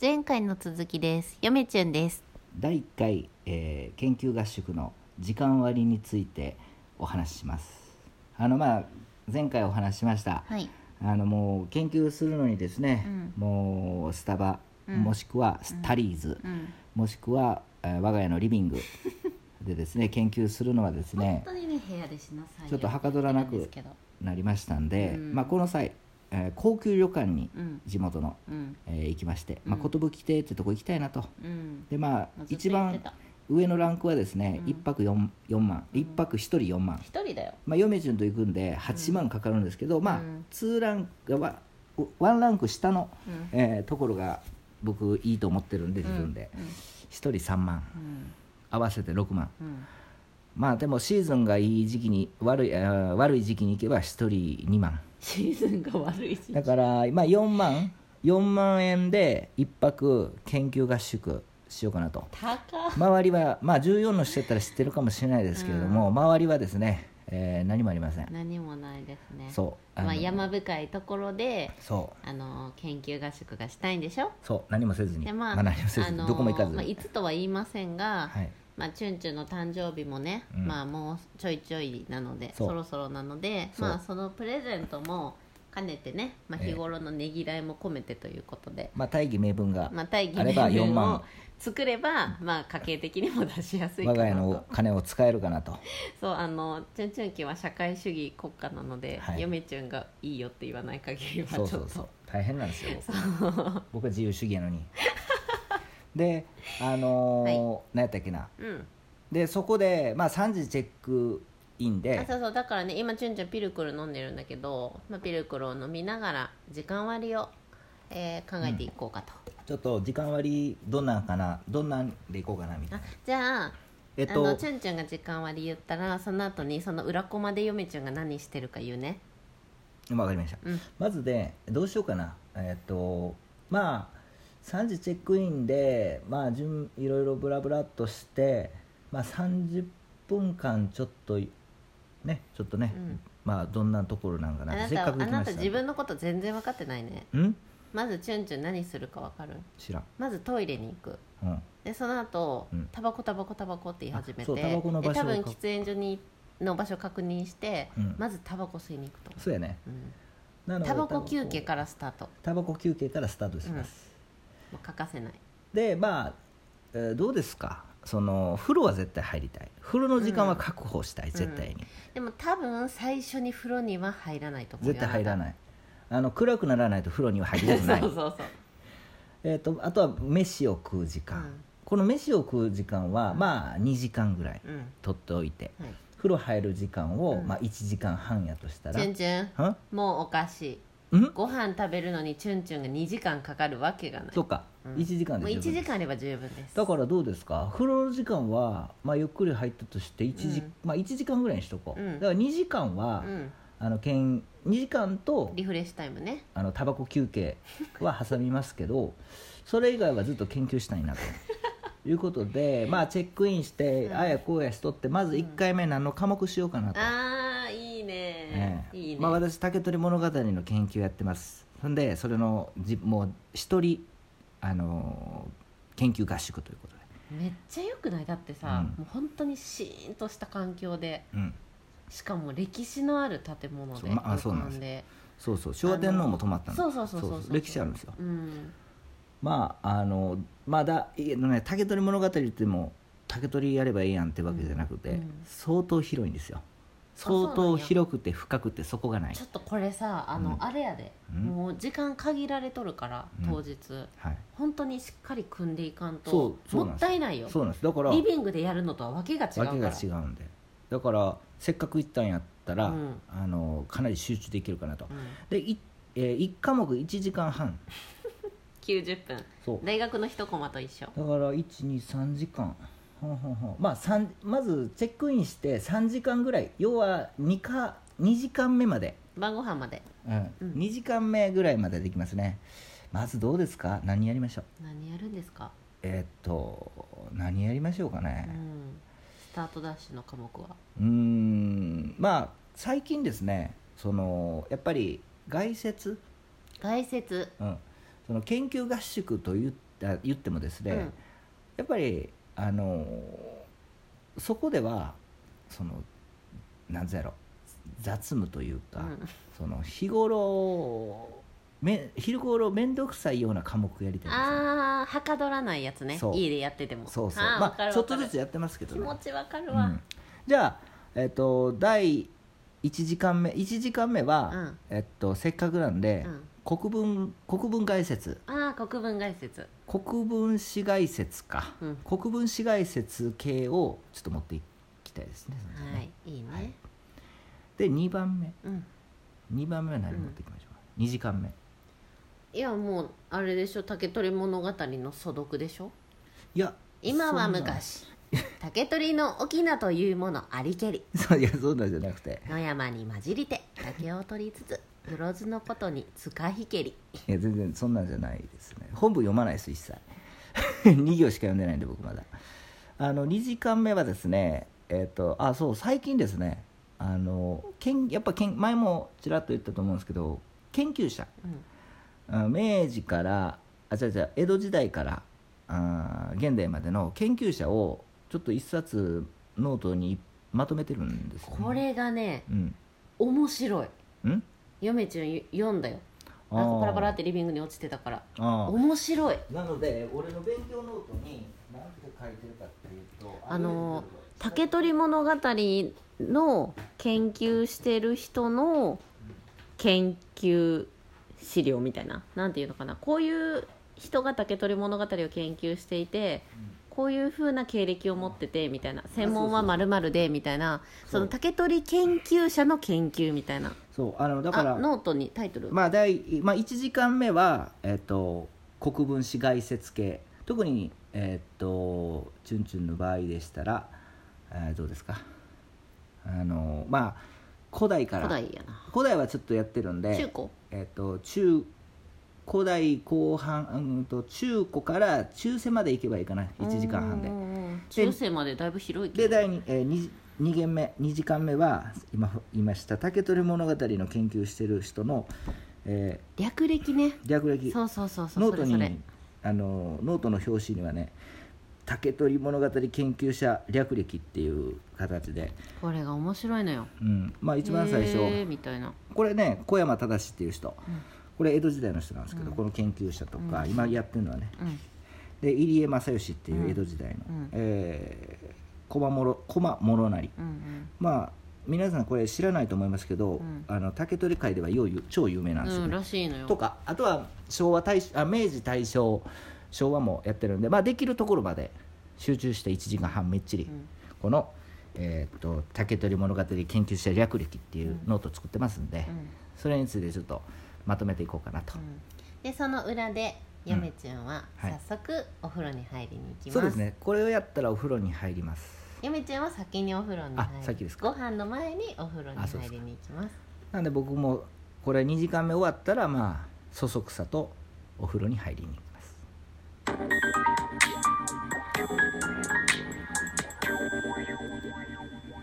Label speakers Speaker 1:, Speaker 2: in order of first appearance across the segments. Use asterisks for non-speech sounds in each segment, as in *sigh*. Speaker 1: 前回の続きですよめちゅんです
Speaker 2: 第1回、えー研究合宿の時間割についてお話ししますあのまあ前回お話ししました
Speaker 1: はい
Speaker 2: あのもう研究するのにですね、
Speaker 1: うん
Speaker 2: もうスタバ、
Speaker 1: うん
Speaker 2: もしくはスタリーズ、
Speaker 1: うん
Speaker 2: もしくは、えー我が家のリビ
Speaker 1: *laughs*
Speaker 2: ングでですね研究するのはですね
Speaker 1: 本当にね部屋でしなさいよ
Speaker 2: ちょっとはかどらなく
Speaker 1: ですけど
Speaker 2: なりましたんで、
Speaker 1: うん
Speaker 2: まあこの際、えー高級旅館に
Speaker 1: うん
Speaker 2: 地元の、
Speaker 1: うん
Speaker 2: えー行きましてまあ
Speaker 1: うん
Speaker 2: 寿、亭ってとこ行きたいなと
Speaker 1: うん
Speaker 2: でまあ
Speaker 1: まあずっと
Speaker 2: 一
Speaker 1: 言って
Speaker 2: 番
Speaker 1: た
Speaker 2: 上のランクはですね、
Speaker 1: うん
Speaker 2: 一1泊 4, 4万
Speaker 1: うん
Speaker 2: 1泊1人4万、
Speaker 1: 一人だよ
Speaker 2: まあ、嫁順と行くんで8万かかるんですけど、まあ
Speaker 1: うん
Speaker 2: 2ランクは1ランク下の、
Speaker 1: うん
Speaker 2: えーところが僕いいと思ってるんで自分で、一1人3万
Speaker 1: うん
Speaker 2: 合わせて6万
Speaker 1: うん
Speaker 2: まあでもシーズンがいい時期に悪いあー悪い時期に行けば1人2万
Speaker 1: シーズンが悪いし
Speaker 2: だから、まあ、4万4万円で1泊研究合宿しようかなと
Speaker 1: 高っ
Speaker 2: 周りはまあ14の人やったら知ってるかもしれないですけれども、周りはですね、えー何もありません、
Speaker 1: 何もないですね
Speaker 2: そうあの
Speaker 1: まあ山深いところで
Speaker 2: そう
Speaker 1: あの研究合宿がしたいんでしょ
Speaker 2: そう何もせずに、
Speaker 1: でまあ、
Speaker 2: 何もせずに、
Speaker 1: あの
Speaker 2: どこも行かず、
Speaker 1: まあ、いつとは言いませんが、
Speaker 2: はい、
Speaker 1: まあ、チュンチュンの誕生日もね、
Speaker 2: うん
Speaker 1: まあ、もうちょいちょいなので
Speaker 2: そう
Speaker 1: そろそろなので
Speaker 2: そう
Speaker 1: まあ、そのプレゼントも兼ねてね、まあ、
Speaker 2: ええ
Speaker 1: 日頃のねぎらいも込めてということで、
Speaker 2: まあ大義名分が、
Speaker 1: まあ、大義
Speaker 2: あれば
Speaker 1: 名
Speaker 2: 4
Speaker 1: 分を
Speaker 2: 万
Speaker 1: 作れば、まあ、家計的にも出しやすいか
Speaker 2: 我が家
Speaker 1: な
Speaker 2: の
Speaker 1: と
Speaker 2: 金を使えるかなと
Speaker 1: そうあのチュンチュン家は社会主義国家なので、
Speaker 2: はい
Speaker 1: 嫁チュンがいいよって言わない限りはち
Speaker 2: そ
Speaker 1: ょ
Speaker 2: う
Speaker 1: っと
Speaker 2: そうそう大変なんですよ僕は自由主義や
Speaker 1: *laughs*
Speaker 2: のにであのー何やったっけな
Speaker 1: うん、
Speaker 2: でそこでまあ3時チェックイン
Speaker 1: あ
Speaker 2: で
Speaker 1: そうそうだからね今チュンチュンピルクル飲んでるんだけど、まあ、ピルクルを飲みながら時間割を、えー考えていこうかと、
Speaker 2: ちょっと時間割どんなんかなどんなんで行こうかなみたい
Speaker 1: あ
Speaker 2: な
Speaker 1: じゃあ,、
Speaker 2: えっ
Speaker 1: あの
Speaker 2: と
Speaker 1: チュンチュンが時間割言ったらその後にその裏コマで嫁チュンが何してるか言うね
Speaker 2: わかりました
Speaker 1: うん
Speaker 2: まずでどうしようかなえっとまあ3時チェックインでまあ順いろいろブラブラっとしてまあ30分間ちょっといねちょっとね、
Speaker 1: うん
Speaker 2: まあどんなところなんか
Speaker 1: あ
Speaker 2: な
Speaker 1: な
Speaker 2: せったかく
Speaker 1: あ
Speaker 2: 来ま
Speaker 1: なた
Speaker 2: した
Speaker 1: 自分のこと全然分かってないね
Speaker 2: ん
Speaker 1: まずチュンチュン何するか分かる
Speaker 2: 知らん、
Speaker 1: まずトイレに行く
Speaker 2: うん、
Speaker 1: でその後、
Speaker 2: うん
Speaker 1: タバコタバコタバコって言い始め
Speaker 2: あそうタバ
Speaker 1: て
Speaker 2: コの場
Speaker 1: で
Speaker 2: 所
Speaker 1: 多分
Speaker 2: を
Speaker 1: 喫煙所にの場所確認して、
Speaker 2: うん
Speaker 1: まずタバコ吸いに行くと、
Speaker 2: そうやね
Speaker 1: うん
Speaker 2: なので
Speaker 1: タバコ休憩からスタート
Speaker 2: タバコ休憩からスタートします、
Speaker 1: もう欠かせない
Speaker 2: でまあ、えーどうですかその風呂は絶対入りたい風呂の時間は確保したい、絶対に、
Speaker 1: でも多分最初に風呂には入らないと思うよ
Speaker 2: 絶対入ら
Speaker 1: い
Speaker 2: ないあの暗くならないと風呂には入りたくない
Speaker 1: *laughs* そうそうそう
Speaker 2: えー、とあとは飯を食う時間、
Speaker 1: うん
Speaker 2: この飯を食う時間はまあ2時間ぐらい
Speaker 1: うん
Speaker 2: 取っておいて
Speaker 1: はい
Speaker 2: 風呂入る時間を、
Speaker 1: うん
Speaker 2: まあ、1時間半やとしたら
Speaker 1: チュンチュン
Speaker 2: は
Speaker 1: もうおかしい
Speaker 2: ん
Speaker 1: ご飯食べるのにチュンチュンが2時間かかるわけがない
Speaker 2: そうか、
Speaker 1: うん
Speaker 2: 1時間
Speaker 1: もう
Speaker 2: で
Speaker 1: 1
Speaker 2: 十分
Speaker 1: 時間あれば十分です
Speaker 2: だからどうですか風呂の時間は、まあ、ゆっくり入ったとして1時,、
Speaker 1: うん
Speaker 2: まあ、1時間ぐらいにしとこう、
Speaker 1: うん
Speaker 2: だから2時間は、
Speaker 1: うん
Speaker 2: あのけん2時間と
Speaker 1: リフレッシュタイムね
Speaker 2: あのタバコ休憩は挟みますけどそれ以外はずっと研究したいなということ
Speaker 1: *laughs*
Speaker 2: で、まあ、チェックインして、
Speaker 1: うん
Speaker 2: あやこうやしとってまず1回目何の科目しようかなと、
Speaker 1: あーいいね
Speaker 2: ええ
Speaker 1: いいね
Speaker 2: まあ、私竹取物語の研究やってますほんでそれのじもう一人、あのー研究合宿ということで、
Speaker 1: めっちゃよくないだってさ
Speaker 2: うん
Speaker 1: もう本当にシーンとした環境で
Speaker 2: うん、
Speaker 1: しかも歴史のある建物で
Speaker 2: そうまあ
Speaker 1: 旅
Speaker 2: そうなん
Speaker 1: 館
Speaker 2: です
Speaker 1: で
Speaker 2: そうそう昭和天皇も泊まったん
Speaker 1: そうそうそうそうそう
Speaker 2: 歴史あるんですよ
Speaker 1: うん
Speaker 2: まああのまだいあのね竹取物語って言っても竹取やればいいやんってわけじゃなくて、
Speaker 1: うんうん
Speaker 2: 相当広いんですよ
Speaker 1: そう
Speaker 2: 相
Speaker 1: なんや
Speaker 2: 当広くて深くてそこがない
Speaker 1: ちょっとこれさあの、
Speaker 2: うん
Speaker 1: あれやで、
Speaker 2: うん
Speaker 1: もう時間限られとるから
Speaker 2: うん
Speaker 1: 当日、
Speaker 2: はい
Speaker 1: 本当にしっかり組んでいかんと
Speaker 2: そうそう
Speaker 1: も
Speaker 2: な
Speaker 1: っ
Speaker 2: んです
Speaker 1: たいないよ
Speaker 2: そうなんですだから
Speaker 1: リビングでやるのとは訳が違うから
Speaker 2: 訳が違うんでだからせっかく行ったんやったら、
Speaker 1: うん
Speaker 2: あのかなり集中できるかなと
Speaker 1: うん、
Speaker 2: でい、え1科目1時間半
Speaker 1: 90分
Speaker 2: そう
Speaker 1: 大学の一コマと一緒
Speaker 2: だから123時間ほんほんほんまあ三まずチェックインして3時間ぐらい要は 2, か2時間目まで
Speaker 1: 晩ご飯まで
Speaker 2: うん
Speaker 1: うん
Speaker 2: 2時間目ぐらいまでできますねまずどうですか何やりましょう
Speaker 1: 何やるんですか、
Speaker 2: えーっと何やりましょうか
Speaker 1: う
Speaker 2: ね
Speaker 1: ん、スタートダッシュの科目は
Speaker 2: うーんまあ最近ですねそのやっぱり外説、
Speaker 1: 外説
Speaker 2: うん、その研究合宿と言った言ってもですね、
Speaker 1: うん
Speaker 2: やっぱりあのそこではそのなんぜやろ雑務というか、その日頃め日頃面倒くさいような科目やりたいんですよ
Speaker 1: ああはかどらないやつね
Speaker 2: そう
Speaker 1: 家でやってても
Speaker 2: そうそう
Speaker 1: あーわ
Speaker 2: ま
Speaker 1: か
Speaker 2: あ
Speaker 1: る
Speaker 2: ちょ
Speaker 1: わ
Speaker 2: っと
Speaker 1: かる
Speaker 2: ずつやってますけど
Speaker 1: 気
Speaker 2: ね
Speaker 1: 持ちわかる
Speaker 2: う
Speaker 1: わ
Speaker 2: ん、じゃあえっと第1時間目1時間目は、
Speaker 1: うん
Speaker 2: えっと、せっかくなんで、
Speaker 1: うん
Speaker 2: 国文国文解説
Speaker 1: ああ国分解説
Speaker 2: 国文史概説か、
Speaker 1: うん
Speaker 2: 国文史概説系をちょっと持っていきたいですね,その時ね、
Speaker 1: はいいいね、
Speaker 2: はいで2番目
Speaker 1: うん
Speaker 2: 2番目は何持っていきましょうか、2時間目
Speaker 1: いやもうあれでしょ竹取物語の素読でしょ
Speaker 2: いや
Speaker 1: 今は
Speaker 2: そんな
Speaker 1: 昔竹取の翁というものありけり
Speaker 2: *laughs* そういやそんなんじゃなくて
Speaker 1: 野山に混じりて竹を取りつつ黒酢のことにつかひけり
Speaker 2: いや全然そんなんじゃないですね本文読まないです一切 *laughs* 2行しか読んでないんで僕まだあの2時間目はですねえっ、とあそう最近ですねあのけんやっぱけん前もちらっと言ったと思うんですけど研究者
Speaker 1: うん
Speaker 2: あ明治からあ違う違う江戸時代からあー現代までの研究者をちょっと一冊ノートにまとめてるんですよ、ね、
Speaker 1: これがね
Speaker 2: うん
Speaker 1: 面白い
Speaker 2: うん
Speaker 1: 嫁ちゃん読んだよ
Speaker 2: あ
Speaker 1: なん
Speaker 2: ー
Speaker 1: かパラパラってリビングに落ちてたから
Speaker 2: あー
Speaker 1: 面白い
Speaker 2: なので俺の勉強ノートに何て書いてるかっていうと
Speaker 1: あの「
Speaker 2: あれ
Speaker 1: 竹取物語」の研究してる人の研究資料みたいななんていうのかなこういう人が竹取物語を研究していてこういうふうな経歴を持っててみたいな専門はまるまるでみたいなその竹取研究者の研究みたいな
Speaker 2: そうあのだか
Speaker 1: あ
Speaker 2: ら
Speaker 1: ノートにタイトル、
Speaker 2: まあ第、まあ、1時間目は、えっと国分子概説系特に、えっとチュンチュンの場合でしたら、えーどうですかあのまあ古代から
Speaker 1: 古代やな
Speaker 2: 古代はちょっとやってるんで
Speaker 1: 中古
Speaker 2: えっと中古代後半うんと中古から中世まで行けばいいかな1時間半で
Speaker 1: うんうんうん中世までだいぶ広いけ
Speaker 2: で
Speaker 1: ど
Speaker 2: 第 2,、えー、2, 2限目2時間目は今言いました竹取物語の研究してる人の、え
Speaker 1: 略歴ね
Speaker 2: ー略歴
Speaker 1: そうそうそうそう
Speaker 2: ノ
Speaker 1: そ
Speaker 2: ート
Speaker 1: れ
Speaker 2: に
Speaker 1: それ
Speaker 2: あのノートの表紙にはね「竹取物語研究者略歴」っていう形で、
Speaker 1: これが面白いのよ
Speaker 2: うんまあ、一番最初、
Speaker 1: へーみたいな
Speaker 2: これね小山忠っていう人、
Speaker 1: ん
Speaker 2: これ江戸時代の人なんですけど、
Speaker 1: うん
Speaker 2: この研究者とか、
Speaker 1: うん
Speaker 2: 今やってるのはね
Speaker 1: うん
Speaker 2: で入江正義っていう江戸時代の、
Speaker 1: うん
Speaker 2: えー駒諸駒諸成
Speaker 1: うん
Speaker 2: まあ皆さんこれ知らないと思いますけど、
Speaker 1: ん
Speaker 2: あの竹取界ではようゆ超有名なん
Speaker 1: う
Speaker 2: で
Speaker 1: ん、
Speaker 2: すよ、
Speaker 1: うん、
Speaker 2: ね
Speaker 1: らしいのよ
Speaker 2: とかあとは昭和大正あ明治大正昭和もやってるんで、まあ、できるところまで集中して1時間半めっちり、
Speaker 1: うん
Speaker 2: この、えーっと竹取物語研究者略歴っていうノート作ってますんで、
Speaker 1: うん
Speaker 2: それについてちょっとまとめていこうかな
Speaker 1: う
Speaker 2: と、
Speaker 1: んでその裏でやめちゃんは
Speaker 2: はい
Speaker 1: 早速お風呂に入りに行きます,、
Speaker 2: そうですねこれをやったらお風呂に入ります
Speaker 1: やめちゃんは先にお風呂に
Speaker 2: あ
Speaker 1: 入
Speaker 2: 先ですか
Speaker 1: ご飯の前にお風呂に
Speaker 2: あそう
Speaker 1: 入
Speaker 2: ですか
Speaker 1: りに行きます
Speaker 2: なんで僕もこれ2時間目終わったらまあそそくさとお風呂に入りに行きます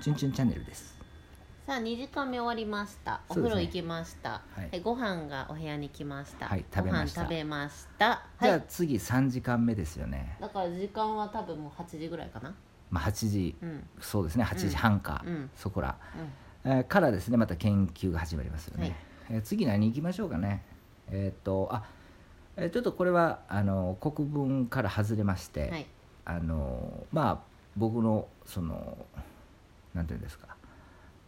Speaker 2: チュンチュンチャンネルです
Speaker 1: さあ2時間目終わりましたお
Speaker 2: そう
Speaker 1: 風
Speaker 2: ですね
Speaker 1: 呂行きました
Speaker 2: はい
Speaker 1: えご飯がお部屋に来ました、
Speaker 2: はい食べました
Speaker 1: ご飯食べました
Speaker 2: じゃ
Speaker 1: は
Speaker 2: あ
Speaker 1: い
Speaker 2: 次3時間目ですよね
Speaker 1: だから時間は多分もう8時ぐらいかな
Speaker 2: まあ8時
Speaker 1: うん
Speaker 2: そうですね8時半か、
Speaker 1: うん
Speaker 2: そこら、
Speaker 1: うん
Speaker 2: えーからですねまた研究が始まりますよね、
Speaker 1: はい
Speaker 2: えー次何行きましょうかねえーっとあえーちょっとこれはあの国文から外れまして、
Speaker 1: はい
Speaker 2: あのまあ僕のそのなんていうんですか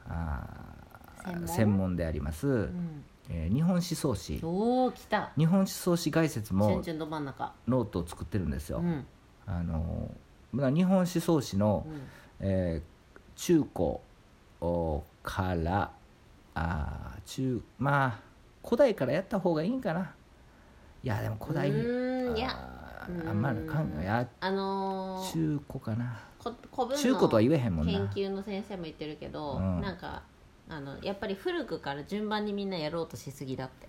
Speaker 2: あー
Speaker 1: 専門
Speaker 2: であります、
Speaker 1: うん
Speaker 2: えー日本思想史
Speaker 1: おお来た
Speaker 2: 日本思想史概説
Speaker 1: チュン
Speaker 2: も
Speaker 1: チュンど真ん中
Speaker 2: ノートを作ってるんです
Speaker 1: う
Speaker 2: よ、
Speaker 1: ん
Speaker 2: あのまあ日本思想史の、
Speaker 1: うん
Speaker 2: えー中古おからあー中まあ古代からやった方がいいんかないやでも古代
Speaker 1: う
Speaker 2: に
Speaker 1: ーんいや
Speaker 2: あーあんまりかんや
Speaker 1: あのー、
Speaker 2: 中古かな
Speaker 1: こ古文
Speaker 2: 中古とは
Speaker 1: の
Speaker 2: 言えへんもんな
Speaker 1: 研究の先生も言ってるけど、
Speaker 2: うん
Speaker 1: なんかあのやっぱり古くから順番にみんなやろうとしすぎだって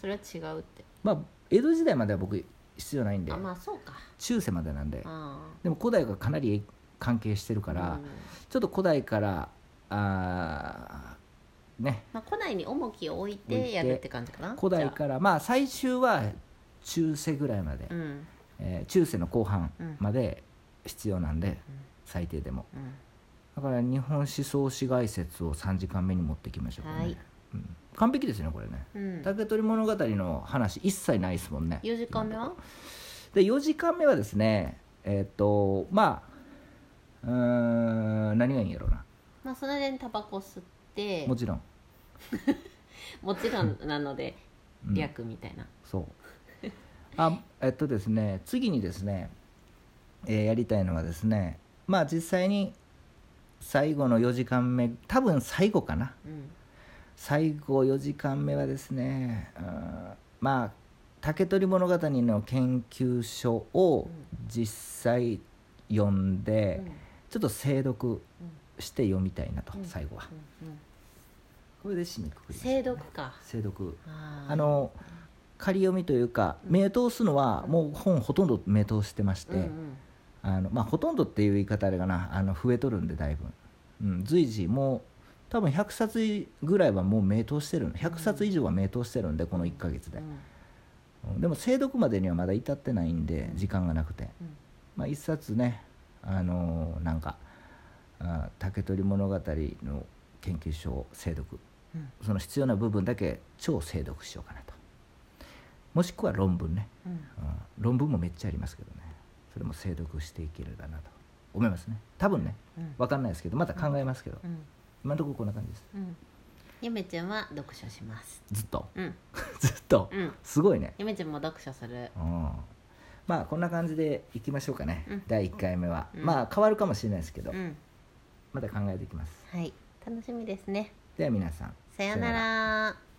Speaker 1: それは違うって
Speaker 2: まあ江戸時代までは僕必要ないんで
Speaker 1: あまあそうか
Speaker 2: 中世までなんで
Speaker 1: あ
Speaker 2: でも古代がかなり関係してる
Speaker 1: あ
Speaker 2: から、
Speaker 1: うん
Speaker 2: ちょっと古代からあーね
Speaker 1: まあ、古代に重きを置い
Speaker 2: 置い
Speaker 1: て
Speaker 2: て
Speaker 1: やるって感じかな
Speaker 2: 古代
Speaker 1: じゃ
Speaker 2: からまあ最終は中世ぐらいまで、
Speaker 1: うん
Speaker 2: えー中世の後半
Speaker 1: うん
Speaker 2: まで必要なんで、最低でもだから日本思想史概説を3時間目に持ってきましょうかね、
Speaker 1: はい
Speaker 2: うん完璧ですねこれね
Speaker 1: うんうん
Speaker 2: 竹取物語の話一切ないですもんね
Speaker 1: 4時間目は
Speaker 2: で4時間目はですねえっ、とまあうーん何がいいんやろうな
Speaker 1: まあその間にタバコ吸って
Speaker 2: もちろん、
Speaker 1: もちろんなので
Speaker 2: うん
Speaker 1: 略みたいな
Speaker 2: そうあえっとですね次にですね、えーやりたいのはですねまあ実際に最後の4時間目多分最後かな
Speaker 1: うん
Speaker 2: 最後4時間目はですねうんまあ竹取物語の研究所を実際読んで、
Speaker 1: うん
Speaker 2: ちょっと精読して読みたいなと、
Speaker 1: うん
Speaker 2: 最後は
Speaker 1: うんうん
Speaker 2: これで締めくくりましょう
Speaker 1: 精読か
Speaker 2: 精読
Speaker 1: あー
Speaker 2: あの仮読みというか目通すのはもう本ほとんど目通してまして、
Speaker 1: うんうん
Speaker 2: あのまあ、ほとんどっていう言い方あれかなあの増えとるんでだいぶ、うん、随時もう多分100冊ぐらいはもう目通してる100冊以上は目通してるんでこの1ヶ月で
Speaker 1: う、ん
Speaker 2: うんでも精読までにはまだ至ってないんで時間がなくて、
Speaker 1: うん
Speaker 2: まあ、1冊ねあのーなんかあー竹取物語の研究所を精読
Speaker 1: うん
Speaker 2: その必要な部分だけ超精読しようかなともしくは論文ね、
Speaker 1: うん
Speaker 2: うん、論文もめっちゃありますけどねそれも精読していけるかなと思いますね多分ね
Speaker 1: うん
Speaker 2: 分かんないですけどまた考えますけど、
Speaker 1: うん
Speaker 2: 今のところこんな感じです
Speaker 1: うんゆめちゃんは読書します
Speaker 2: ずっと *laughs*
Speaker 1: うん
Speaker 2: ずっと
Speaker 1: うん
Speaker 2: すごいね
Speaker 1: ゆめちゃんも読書する
Speaker 2: うんまあこんな感じでいきましょうかね、
Speaker 1: うん
Speaker 2: 第1回目は、
Speaker 1: うん
Speaker 2: まあ変わるかもしれないですけど、
Speaker 1: うん
Speaker 2: また考えていきます
Speaker 1: はい楽しみですね
Speaker 2: では皆さん
Speaker 1: さよなら